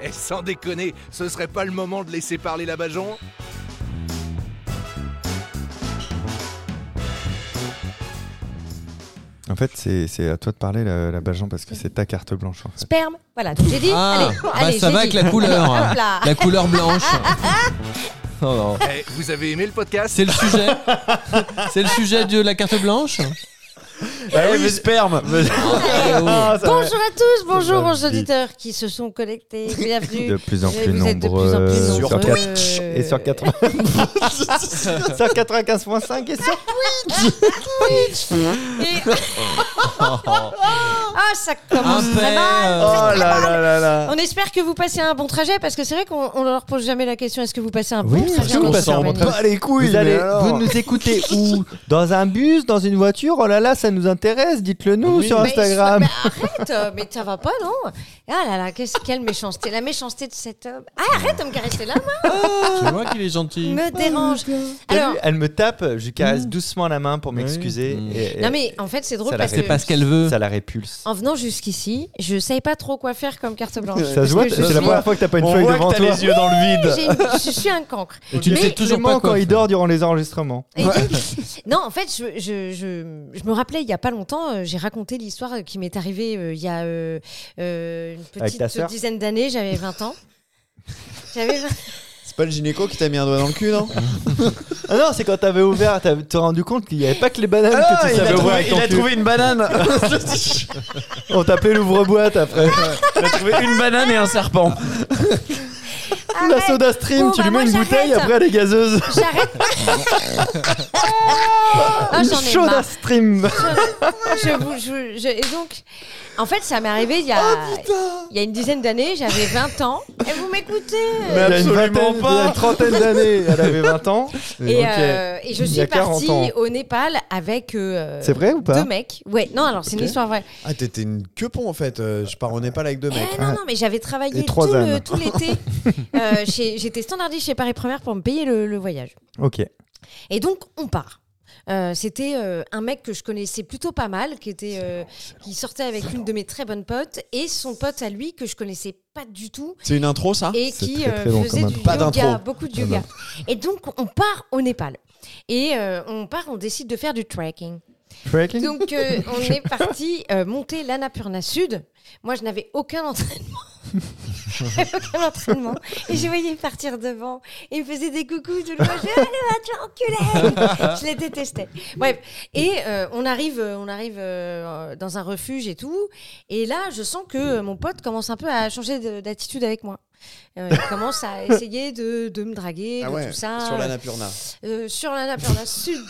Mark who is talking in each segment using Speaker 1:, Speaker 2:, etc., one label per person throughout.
Speaker 1: Eh, sans déconner, ce serait pas le moment de laisser parler la Bajon
Speaker 2: En fait, c'est c'est à toi de parler, la, la Bajan, parce que c'est ta carte blanche. En fait.
Speaker 3: Sperme. Voilà, donc j'ai dit.
Speaker 4: Ah,
Speaker 3: allez,
Speaker 4: bah,
Speaker 3: allez,
Speaker 4: ça
Speaker 3: j'ai dit.
Speaker 4: va avec la couleur.
Speaker 3: Hop là.
Speaker 4: La couleur blanche. Oh non.
Speaker 1: Eh, Vous avez aimé le podcast
Speaker 4: C'est le sujet. C'est le sujet de la carte blanche.
Speaker 5: Bah oui, sperme. Ah, ça va.
Speaker 3: Bonjour à tous, bonjour
Speaker 5: va
Speaker 3: aux
Speaker 5: vite.
Speaker 3: auditeurs qui se sont connectés. Bienvenue.
Speaker 2: De plus en
Speaker 3: Vous
Speaker 2: plus
Speaker 3: êtes de plus en plus
Speaker 2: nombreux. euh,
Speaker 3: nombreux.
Speaker 2: sur quatre-
Speaker 3: Twitch.
Speaker 2: Et sur 80
Speaker 5: sur 95.5 et sur
Speaker 3: Et- Ah, ça commence très
Speaker 4: Impair.
Speaker 3: mal.
Speaker 5: Oh
Speaker 4: euh,
Speaker 5: là là là là.
Speaker 3: On espère que vous passez un bon trajet parce que c'est vrai qu'on on leur pose jamais la question est-ce que vous passez un bon
Speaker 5: Oui,
Speaker 3: trajet
Speaker 5: parce que
Speaker 3: en
Speaker 5: on
Speaker 3: bus
Speaker 5: s'en
Speaker 3: fermé
Speaker 5: rend pas les couilles.
Speaker 6: Vous, allez-
Speaker 5: mais alors.
Speaker 6: vous nous écoutez où Dans un bus Dans une voiture Oh là là, ça nous intéresse, dites-le nous sur
Speaker 3: Mais-
Speaker 6: Instagram.
Speaker 3: mais arrête, euh, mais ça va pas, non Ah là là, qu'est-ce- quelle méchanceté, la méchanceté de cet homme. Ah, arrête de me caresser la main,
Speaker 4: Tu vois qu'il est gentil.
Speaker 3: me dérange.
Speaker 6: T'as
Speaker 3: Alors,
Speaker 6: vu, elle me tape, je lui caresse
Speaker 5: Mmh.
Speaker 6: doucement la main pour
Speaker 4: Oui.
Speaker 6: m'excuser.
Speaker 4: Mmh.
Speaker 6: et- et
Speaker 3: non mais en fait c'est drôle
Speaker 6: Ça
Speaker 3: parce
Speaker 6: la
Speaker 3: que
Speaker 4: C'est pas ce qu'elle veut.
Speaker 6: Ça la répulse.
Speaker 3: en venant jusqu'ici, je savais pas trop quoi faire comme carte blanche.
Speaker 6: Ça
Speaker 3: Parce
Speaker 6: se voit,
Speaker 3: que je
Speaker 6: c'est
Speaker 3: suis-
Speaker 6: la première fois que t'as pas une
Speaker 5: On
Speaker 6: feuille
Speaker 5: voit
Speaker 6: devant
Speaker 5: que t'as
Speaker 6: toi.
Speaker 5: les yeux dans le vide.
Speaker 3: j'ai une- Je suis un cancre.
Speaker 4: Et tu ne sais toujours
Speaker 6: Clément,
Speaker 4: pas
Speaker 6: quand
Speaker 4: quoi.
Speaker 6: il dort durant les enregistrements.
Speaker 3: Et donc- non, en fait, je, je, je, je me rappelais il y a pas longtemps, euh, j'ai raconté l'histoire qui m'est arrivée euh, il y a euh, euh, une
Speaker 6: Avec
Speaker 3: petite
Speaker 6: ta sœur
Speaker 3: dizaine d'années, j'avais 20 ans. J'avais 20
Speaker 5: C'est pas le gynéco qui t'a mis un doigt dans le cul, non
Speaker 6: Ah non, c'est quand t'avais ouvert, t'as- t'es rendu compte qu'il n'y avait pas que les bananes que tu
Speaker 5: Ah il,
Speaker 6: savais
Speaker 5: a
Speaker 6: ouvrir
Speaker 5: trouvé,
Speaker 6: avec ton
Speaker 5: il a
Speaker 6: cul.
Speaker 5: trouvé une banane.
Speaker 6: On t'appelait l'ouvre-boîte après.
Speaker 5: Il a trouvé une banane et un serpent.
Speaker 3: Ah
Speaker 6: la soda stream,
Speaker 3: Bon,
Speaker 6: tu
Speaker 3: bah,
Speaker 6: lui
Speaker 3: moi,
Speaker 6: mets une bouteille,
Speaker 3: j'arrête. Oh,
Speaker 6: après elle est gazeuse.
Speaker 3: J'arrête. Ah, j'en ai
Speaker 6: Soda
Speaker 3: marre.
Speaker 6: stream.
Speaker 3: Je vous- je- je- et donc, en fait, ça m'est arrivé il y a,
Speaker 6: Oh,
Speaker 3: il y a une dizaine d'années, j'avais 20 ans. Et vous m'écoutez
Speaker 6: Mais il y a une
Speaker 5: absolument
Speaker 6: vingtaine-
Speaker 5: pas.
Speaker 6: il y a une trentaine d'années, elle avait 20 ans.
Speaker 3: Et,
Speaker 6: Ok.
Speaker 3: euh, et je
Speaker 6: Il y a
Speaker 3: suis
Speaker 6: 40
Speaker 3: partie
Speaker 6: ans.
Speaker 3: au Népal avec euh,
Speaker 6: C'est vrai ou pas
Speaker 3: deux mecs. Ouais, non, alors c'est une
Speaker 5: Ok.
Speaker 3: histoire vraie.
Speaker 5: Ah, t'étais une quepon en fait. euh, Je pars en Népal avec deux mecs. hein.
Speaker 3: Eh, non, non, mais j'avais travaillé
Speaker 6: Et trois
Speaker 3: tout le-
Speaker 6: ânes.
Speaker 3: tout l'été. Euh, chez- J'étais standardiste chez Paris Première pour me payer le, le voyage.
Speaker 6: Ok.
Speaker 3: Et donc, on part. Euh, C'était euh, un mec que je connaissais plutôt pas mal, qui, était, euh, qui sortait avec une de mes très bonnes potes, et son pote à lui, que je connaissais pas du tout,
Speaker 5: C'est une intro Ah, ça
Speaker 3: et
Speaker 6: C'est
Speaker 3: qui
Speaker 6: très,
Speaker 3: euh,
Speaker 6: très long
Speaker 3: faisait
Speaker 6: comme
Speaker 3: du
Speaker 5: intro. Pas
Speaker 3: yoga,
Speaker 5: d'intro. Ah,
Speaker 3: beaucoup de yoga. Et donc, on part au Népal. Et euh, on part, on décide de faire du trekking.
Speaker 6: Breaking
Speaker 3: Donc, euh, on est parti euh, monter l'Annapurna Sud. Moi, je n'avais aucun entraînement. J'avais aucun entraînement. Et je voyais partir devant. Et il me faisait des coucous tout le temps. Je, ah, le matin, enculé je les détestais. Bref. Et euh, on arrive, euh, on arrive euh, dans un refuge et tout. Et là, je sens que euh, mon pote commence un peu à changer de- d'attitude avec moi. Euh, il commence à essayer de, de me draguer,
Speaker 6: Ah
Speaker 3: de tout ça.
Speaker 5: Ah sur la Napurna.
Speaker 3: Euh, sur l'Annapurna Sud.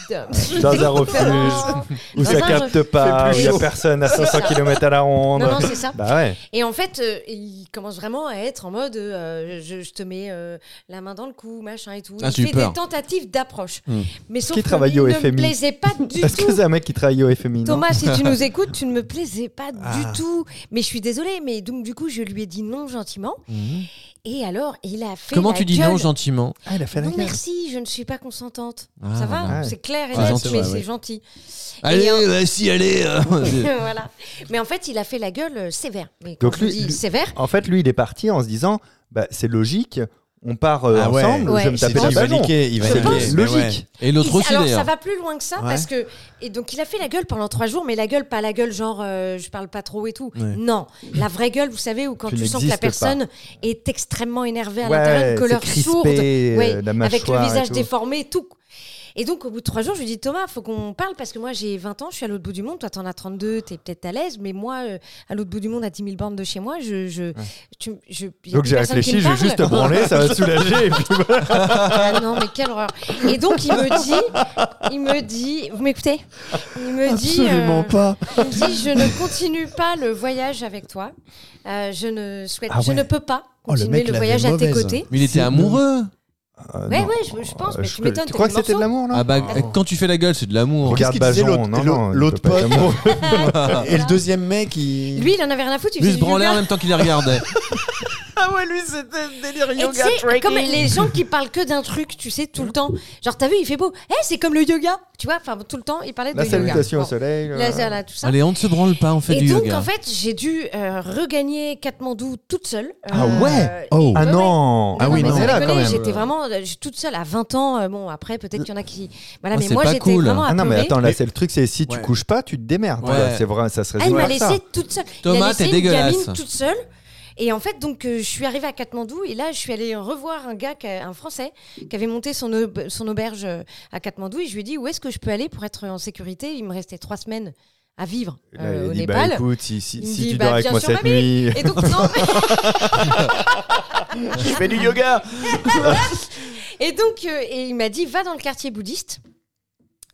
Speaker 6: Dans un refuge.
Speaker 3: Exactement.
Speaker 6: Où
Speaker 3: Dans
Speaker 6: ça
Speaker 3: un
Speaker 6: capte pas, où
Speaker 5: Fait
Speaker 6: il
Speaker 5: plus
Speaker 6: n'y a
Speaker 5: chaud.
Speaker 6: personne à 500 km à la ronde.
Speaker 3: Non, non, c'est ça.
Speaker 6: Bah ouais.
Speaker 3: Et en fait, euh, il commence vraiment à être en mode euh, je, je te mets euh, la main dans le cou, machin et tout.
Speaker 4: Ah, j'ai
Speaker 3: il
Speaker 4: eu
Speaker 3: fait
Speaker 4: peur.
Speaker 3: des tentatives d'approche.
Speaker 4: Hmm.
Speaker 3: Mais sauf
Speaker 6: Qui
Speaker 3: que
Speaker 6: travaillait
Speaker 3: lui
Speaker 6: au
Speaker 3: ne me
Speaker 6: FMI?
Speaker 3: plaisait pas du
Speaker 6: Est-ce que
Speaker 3: tout.
Speaker 6: c'est un mec qui travaille au FMI non
Speaker 3: Thomas, si tu nous écoutes, tu ne me plaisais pas
Speaker 5: Ah.
Speaker 3: du tout. Mais je suis désolée. Mais donc, du coup, je lui ai dit non gentiment. Et alors, il a fait.
Speaker 4: Hmm. Comment
Speaker 3: la
Speaker 4: tu dis
Speaker 3: gueule.
Speaker 4: non gentiment
Speaker 6: Ah, il a fait la
Speaker 3: Non,
Speaker 6: guerre.
Speaker 3: merci, je ne suis pas consentante.
Speaker 4: Ah,
Speaker 3: Ça va
Speaker 4: voilà.
Speaker 3: C'est clair et
Speaker 4: C'est
Speaker 3: net,
Speaker 4: gentil,
Speaker 3: mais
Speaker 4: ouais,
Speaker 3: c'est
Speaker 4: ouais.
Speaker 3: gentil.
Speaker 4: Allez,
Speaker 3: Et en-
Speaker 4: euh, si, allez. euh,
Speaker 3: voilà. Mais en fait, il a fait la gueule euh, sévère. Mais quand
Speaker 6: Donc,
Speaker 3: je
Speaker 6: lui-
Speaker 3: dis
Speaker 6: lui-
Speaker 3: sévère,
Speaker 6: En fait, lui, il est parti en se disant bah, c'est logique, on part euh,
Speaker 5: Ah bah ouais.
Speaker 6: ensemble,
Speaker 3: Ouais,
Speaker 6: je vais me
Speaker 3: c'est
Speaker 6: taper
Speaker 3: dit,
Speaker 6: la
Speaker 5: il va
Speaker 6: ballon.
Speaker 5: niquer, il va
Speaker 6: C'est
Speaker 5: niquer. mais ouais.
Speaker 6: logique.
Speaker 4: Et l'autre
Speaker 3: Il-
Speaker 4: aussi
Speaker 3: Alors ça
Speaker 4: d'ailleurs.
Speaker 3: va plus loin que ça
Speaker 5: Ouais.
Speaker 3: parce que et donc il a fait la gueule pendant trois jours, mais la gueule pas la gueule genre euh, je parle pas trop et tout.
Speaker 4: Ouais.
Speaker 3: Non, la vraie gueule, vous savez, où quand
Speaker 6: Tu
Speaker 3: tu, sens que la
Speaker 6: n'existes
Speaker 3: personne est extrêmement énervée à l'intérieur,
Speaker 6: Ouais,
Speaker 3: une couleur
Speaker 6: c'est crispé,
Speaker 3: sourde,
Speaker 6: euh,
Speaker 3: ouais,
Speaker 6: la
Speaker 3: avec le
Speaker 6: mâchoire et
Speaker 3: visage
Speaker 6: tout.
Speaker 3: déformé, et tout. Et donc au bout de trois jours, je lui dis Thomas, faut qu'on parle parce que moi j'ai 20 ans, je suis à l'autre bout du monde, toi t'en as 32, t'es peut-être à l'aise, mais moi euh, à l'autre bout du monde à 10 000 bornes de chez moi, je, je, tu- je y a
Speaker 6: Donc
Speaker 3: plus
Speaker 6: j'ai
Speaker 3: personne qui me
Speaker 6: réfléchi, je vais
Speaker 3: parle.
Speaker 6: juste te branler, ça va te soulager. et puis voilà.
Speaker 3: Ah non, mais quelle horreur. Et donc, il me dit, il me dit, vous m'écoutez Il me dit, euh,
Speaker 5: pas.
Speaker 3: il me dit, je ne continue pas le voyage avec toi. Euh, je ne souhaite,
Speaker 6: Ah
Speaker 3: je
Speaker 6: ouais.
Speaker 3: ne peux pas
Speaker 5: Oh, le
Speaker 3: continuer
Speaker 5: mec
Speaker 3: le,
Speaker 5: l'avait
Speaker 3: voyage à tes
Speaker 5: mauvaise.
Speaker 3: côtés.
Speaker 4: Mais il était amoureux.
Speaker 6: Euh,
Speaker 3: Ouais,
Speaker 6: non.
Speaker 3: ouais, je, je pense,
Speaker 6: Euh,
Speaker 3: mais
Speaker 6: je-
Speaker 3: tu m'étonnes.
Speaker 6: Tu
Speaker 3: t'es
Speaker 6: crois que
Speaker 3: du
Speaker 6: c'était de
Speaker 3: morceau.
Speaker 6: l'amour, là
Speaker 4: Ah bah, quand tu fais la gueule, c'est de l'amour.
Speaker 5: Qu'est-ce
Speaker 6: Regarde
Speaker 5: qu'il disait,
Speaker 6: Bajon,
Speaker 5: l'autre-
Speaker 6: non,
Speaker 5: l'autre-
Speaker 6: non,
Speaker 5: l'autre
Speaker 6: il peut pas être
Speaker 5: pote
Speaker 6: amoureux.
Speaker 5: Et le deuxième mec, il.
Speaker 3: Lui, il en avait rien à foutre. Il
Speaker 4: Lui
Speaker 3: faisait
Speaker 4: se
Speaker 3: du
Speaker 4: branlait en
Speaker 3: yoga.
Speaker 4: même temps qu'il les regardait.
Speaker 5: Ah ouais, lui, c'était le délire
Speaker 3: Et tu sais, comme les gens qui parlent que d'un truc, tu sais, tout le temps. Genre, t'as vu, il fait beau. Eh, c'est comme le yoga. Tu vois, enfin, tout le temps, il parlait de
Speaker 2: La
Speaker 3: yoga.
Speaker 2: salutation au
Speaker 3: Bon.
Speaker 2: soleil.
Speaker 3: Là,
Speaker 2: euh,
Speaker 3: là, là, tout ça.
Speaker 4: Allez, on ne se branle pas, on fait
Speaker 3: et
Speaker 4: du
Speaker 3: donc,
Speaker 4: yoga.
Speaker 3: en fait, j'ai dû euh, regagner Katmandou toute seule.
Speaker 2: Ah
Speaker 3: Euh,
Speaker 2: ouais
Speaker 3: et-
Speaker 2: Oh.
Speaker 3: ouais,
Speaker 2: Ah
Speaker 3: ouais.
Speaker 2: non
Speaker 4: Ah oui,
Speaker 3: mais
Speaker 4: non.
Speaker 3: sans
Speaker 4: C'est là,
Speaker 3: déconner,
Speaker 4: quand même.
Speaker 3: J'étais vraiment euh, je suis toute seule à 20 ans. euh, bon, après, peut-être qu'il y en a qui. Voilà,
Speaker 4: Ah,
Speaker 3: mais
Speaker 4: c'est
Speaker 3: moi,
Speaker 4: pas
Speaker 3: j'étais
Speaker 4: cool.
Speaker 3: vraiment à
Speaker 2: Ah non, mais
Speaker 3: pleurer.
Speaker 2: attends, là, c'est le truc, c'est si tu
Speaker 4: Ouais.
Speaker 2: couches pas, tu te démerdes.
Speaker 4: Ouais.
Speaker 2: quoi. C'est vrai, ça se
Speaker 3: Elle
Speaker 2: résume
Speaker 3: m'a
Speaker 2: à ça.
Speaker 3: laissée toute seule. Il a
Speaker 4: Thomas,
Speaker 3: laissé
Speaker 4: t'es
Speaker 3: une
Speaker 4: dégueulasse.
Speaker 3: gamine toute seule. Et en fait, donc, euh, je suis arrivée à Katmandou et là, je suis allée revoir un gars, qui a- un Français, qui avait monté son, aube- son auberge euh, à Katmandou et je lui ai dit où est-ce que je peux aller pour être en sécurité. Il me restait trois semaines à vivre
Speaker 2: Là,
Speaker 3: euh,
Speaker 2: il
Speaker 3: au
Speaker 2: dit,
Speaker 3: Népal.
Speaker 2: bah écoute, si, si,
Speaker 3: Il me
Speaker 2: si
Speaker 3: dit,
Speaker 2: tu
Speaker 3: bah,
Speaker 2: dors avec
Speaker 3: viens
Speaker 2: moi
Speaker 3: sur ma
Speaker 2: cette nuit,
Speaker 3: Et donc, non, mais-
Speaker 5: Je fais du yoga.
Speaker 3: et donc euh, et il m'a dit va dans le quartier bouddhiste.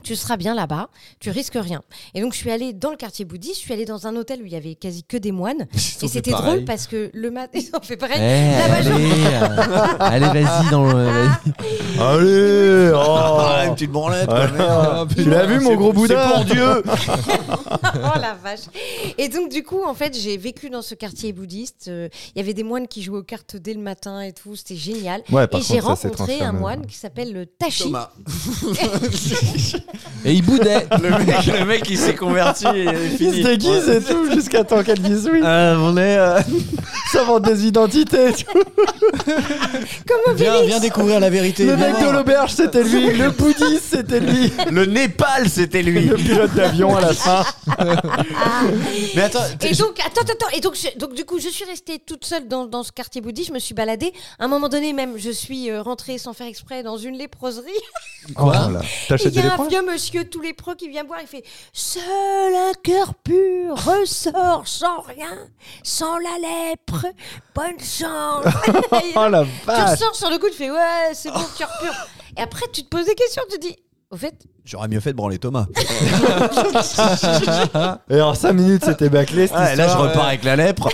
Speaker 3: Tu seras bien là-bas, tu risques rien. Et donc je suis allée dans le quartier bouddhiste, je suis allée dans un hôtel où il y avait quasi que des moines. Et c'était drôle parce que le matin, ils ont fait
Speaker 4: Eh,
Speaker 3: pareil.
Speaker 4: allez, euh, allez, vas-y dans le. vas-y.
Speaker 2: allez,
Speaker 5: Oh,
Speaker 2: oh,
Speaker 5: une petite branlette.
Speaker 2: Ah,
Speaker 4: Ah,
Speaker 2: tu l'as vu mon gros Bouddha
Speaker 5: C'est pour Dieu.
Speaker 3: oh la vache. Et donc du coup, en fait, j'ai vécu dans ce quartier bouddhiste. Euh, Il y avait des moines qui jouaient aux cartes dès le matin et tout. C'était génial.
Speaker 2: Ouais, par
Speaker 3: et j'ai
Speaker 2: contre, ça, c'est
Speaker 3: rencontré un
Speaker 2: transformé.
Speaker 3: moine qui s'appelle euh, le Tachi.
Speaker 5: Thomas.
Speaker 4: Et il boudait.
Speaker 5: Le mec, le mec, il s'est converti et
Speaker 6: Il se déguise et tout jusqu'à temps qu'elle dise oui.
Speaker 5: on est. euh,
Speaker 6: Ça vend des identités. tu vois.
Speaker 3: Comment
Speaker 4: Viens,
Speaker 3: Félix
Speaker 4: viens découvrir la vérité.
Speaker 6: Le
Speaker 4: viens
Speaker 6: mec
Speaker 4: voir.
Speaker 6: de l'auberge, c'était lui. Le bouddhiste, c'était lui.
Speaker 5: Le Népal, c'était lui.
Speaker 6: Le pilote d'avion à la fin.
Speaker 5: Mais attends,
Speaker 3: Et donc, attends, attends, attends. et donc, je- donc du coup, je suis restée toute seule dans, dans ce quartier bouddhiste, je me suis baladée. À un moment donné même, je suis euh, rentrée sans faire exprès dans une léproserie.
Speaker 4: Quoi
Speaker 2: Oh là,
Speaker 3: Et il
Speaker 2: T'achètes
Speaker 3: y
Speaker 2: des
Speaker 3: a un
Speaker 2: points
Speaker 3: vieux monsieur tout lépreux qui vient me voir, il fait « Seul un cœur pur ressort sans rien, sans la lèpre, bonne chance Et
Speaker 6: Oh la
Speaker 3: Tu
Speaker 6: vache.
Speaker 3: ressors sur le coup, tu fais « Ouais, c'est
Speaker 2: Oh.
Speaker 3: bon, cœur pur !» Et après, tu te poses des questions, tu te dis « Au fait,
Speaker 5: J'aurais Ah, mieux fait de branler Thomas.
Speaker 2: Et en 5 minutes, c'était bâclé. cette
Speaker 5: là, je
Speaker 2: histoire.
Speaker 5: repars avec la lèpre.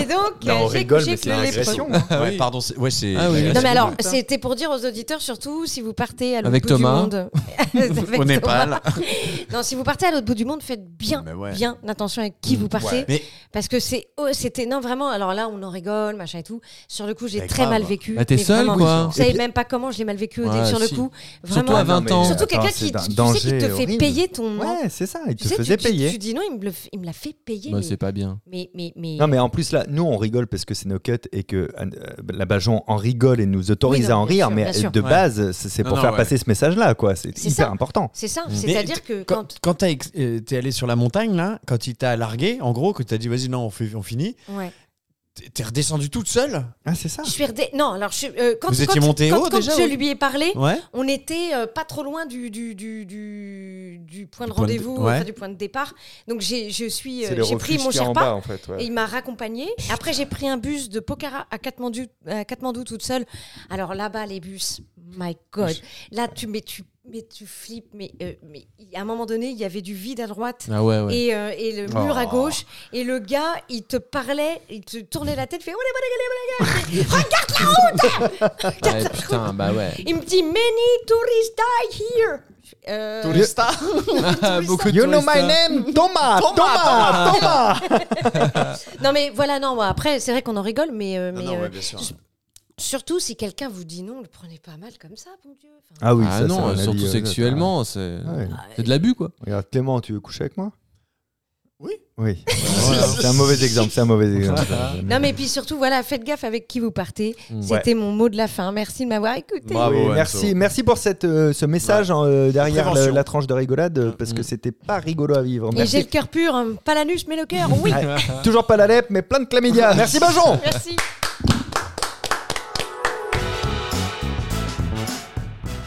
Speaker 3: et donc,
Speaker 2: Non, on
Speaker 3: euh, j'ai
Speaker 2: rigole,
Speaker 3: couché
Speaker 2: mais
Speaker 3: avec
Speaker 2: c'est
Speaker 3: le
Speaker 2: une
Speaker 3: lépreux.
Speaker 2: régression.
Speaker 4: Ah
Speaker 5: ouais,
Speaker 4: oui.
Speaker 5: pardon, c'est. Ouais, c'est.
Speaker 4: Ah oui, oui.
Speaker 5: la-
Speaker 3: Non mais
Speaker 4: C'est
Speaker 3: alors,
Speaker 4: cool, ça.
Speaker 3: c'était pour dire aux auditeurs surtout, si vous partez à l'autre
Speaker 4: Avec
Speaker 3: bout
Speaker 4: Thomas.
Speaker 3: du monde, Avec
Speaker 5: Au Népal.
Speaker 3: Thomas. Non, si vous partez à l'autre bout du monde, faites bien,
Speaker 5: Mais ouais.
Speaker 3: bien attention avec
Speaker 4: Mm,
Speaker 3: qui vous partez,
Speaker 5: Mais-
Speaker 3: parce que c'est, oh, c'était non vraiment. Alors là, on en rigole, machin et tout. Sur le coup, j'ai
Speaker 5: Mais
Speaker 3: très
Speaker 5: grave.
Speaker 3: mal vécu.
Speaker 4: Bah, t'es
Speaker 3: mais
Speaker 4: seule,
Speaker 3: vraiment,
Speaker 4: quoi.
Speaker 3: Vous savez
Speaker 2: Et puis-
Speaker 3: même pas comment je l'ai mal vécu au
Speaker 4: Ouais,
Speaker 3: dé- sur le
Speaker 4: si.
Speaker 3: coup.
Speaker 4: Surtout
Speaker 3: Vraiment.
Speaker 4: à 20 ans.
Speaker 3: Surtout quelqu'un
Speaker 2: Attends,
Speaker 3: qui,
Speaker 2: c'est d'un
Speaker 3: tu sais, qui
Speaker 2: danger
Speaker 3: te fait
Speaker 2: horrible.
Speaker 3: payer ton.
Speaker 2: Ouais, c'est ça, il
Speaker 3: tu
Speaker 2: te
Speaker 3: sais,
Speaker 2: faisait
Speaker 3: tu, tu-
Speaker 2: payer.
Speaker 3: Tu, dis non, il me, le f- il me l'a fait payer.
Speaker 4: Bah,
Speaker 3: mais-
Speaker 4: c'est pas bien.
Speaker 3: mais, mais, mais,
Speaker 2: Non mais en plus là, nous on rigole parce que c'est nos cuts et que euh, la Bajon en rigole et nous autorise
Speaker 3: Oui, non,
Speaker 2: à en
Speaker 3: bien
Speaker 2: rire,
Speaker 3: sûr, bien
Speaker 2: mais
Speaker 3: sûr.
Speaker 2: de
Speaker 5: Ouais.
Speaker 2: base c'est c'est
Speaker 5: Non,
Speaker 2: pour
Speaker 5: non,
Speaker 2: faire
Speaker 5: ouais.
Speaker 2: passer ce message-là quoi, c'est
Speaker 3: C'est
Speaker 2: hyper
Speaker 3: ça.
Speaker 2: important.
Speaker 3: C'est ça.
Speaker 4: Mais
Speaker 3: C'est-à-dire que quand
Speaker 5: Quand, quand t'as ex- euh, t'es allé sur la montagne, là, quand il t'a largué, en gros, que t'as dit vas-y, non, on, fait- on finit,
Speaker 3: ouais.
Speaker 5: t'es- t'es redescendu toute seule
Speaker 2: Ah c'est ça.
Speaker 3: Je suis redé- Non, alors je, euh, quand,
Speaker 5: Vous
Speaker 3: quand-
Speaker 5: étiez monté
Speaker 3: quand-
Speaker 5: haut,
Speaker 3: quand
Speaker 5: déjà,
Speaker 3: je
Speaker 5: ou-
Speaker 3: lui ai parlé,
Speaker 5: Ouais.
Speaker 3: on était euh, pas trop loin du, du, du, du, du point de
Speaker 5: Du point de-
Speaker 3: rendez-vous,
Speaker 5: ouais.
Speaker 3: enfin, du point de départ. Donc j'ai je suis, euh,
Speaker 2: C'est le
Speaker 3: j'ai pris
Speaker 2: refuge
Speaker 3: mon
Speaker 2: qui est en
Speaker 3: Sherpa.
Speaker 2: bas en fait. ouais.
Speaker 3: Et il m'a raccompagnée. Après, j'ai pris un bus de Pokhara à Katmandou, à Katmandou toute seule. Alors là-bas, les bus, my God. Là, tu, mais tu, mais tu flippes. Mais, euh, mais à un moment donné, il y avait du vide à droite.
Speaker 4: Ah ouais, ouais.
Speaker 3: Et, euh, et le mur à
Speaker 2: Oh.
Speaker 3: gauche, et le gars, il te parlait, il te tournait la tête, il fait
Speaker 4: Ouais, putain, bah ouais.
Speaker 3: Il me dit Many tourists die here. Euh,
Speaker 5: Tourista
Speaker 4: Beaucoup de
Speaker 6: You know
Speaker 4: touristes,
Speaker 6: my
Speaker 4: hein.
Speaker 6: name, Thomas, Thomas,
Speaker 5: Thomas,
Speaker 6: Thomas.
Speaker 3: non mais voilà non moi, après c'est vrai qu'on en rigole mais, euh,
Speaker 5: Non,
Speaker 3: mais,
Speaker 5: non,
Speaker 3: euh,
Speaker 5: ouais, bien sûr.
Speaker 3: surtout si quelqu'un vous dit non le prenez pas mal comme ça bon Dieu. Enfin,
Speaker 2: Ah oui,
Speaker 4: Ah
Speaker 2: ça,
Speaker 4: non,
Speaker 2: c'est un
Speaker 4: surtout
Speaker 2: avis, euh,
Speaker 4: sexuellement, c'est
Speaker 2: ah ouais.
Speaker 4: c'est de l'abus quoi.
Speaker 2: Regarde Clément, tu veux coucher avec moi
Speaker 5: Oui.
Speaker 2: Oui. Voilà. c'est un mauvais exemple, c'est un mauvais exemple.
Speaker 3: non mais puis surtout voilà faites gaffe avec qui vous partez.
Speaker 4: Mm.
Speaker 3: C'était mon mot de la fin. Merci de m'avoir écouté.
Speaker 5: Bravo,
Speaker 2: Oui,
Speaker 5: Enzo.
Speaker 2: merci, merci pour cette, euh, ce message hein, euh, derrière
Speaker 5: Prévention.
Speaker 2: le- la tranche de rigolade euh, parce que
Speaker 4: Mm.
Speaker 2: c'était pas rigolo à vivre.
Speaker 3: Et j'ai
Speaker 2: Merci.
Speaker 3: le cœur pur, hein, pas l'anus mais le cœur. Oui.
Speaker 2: Toujours pas la lèpre, mais plein de chlamydia. Merci Bajon.
Speaker 3: Merci.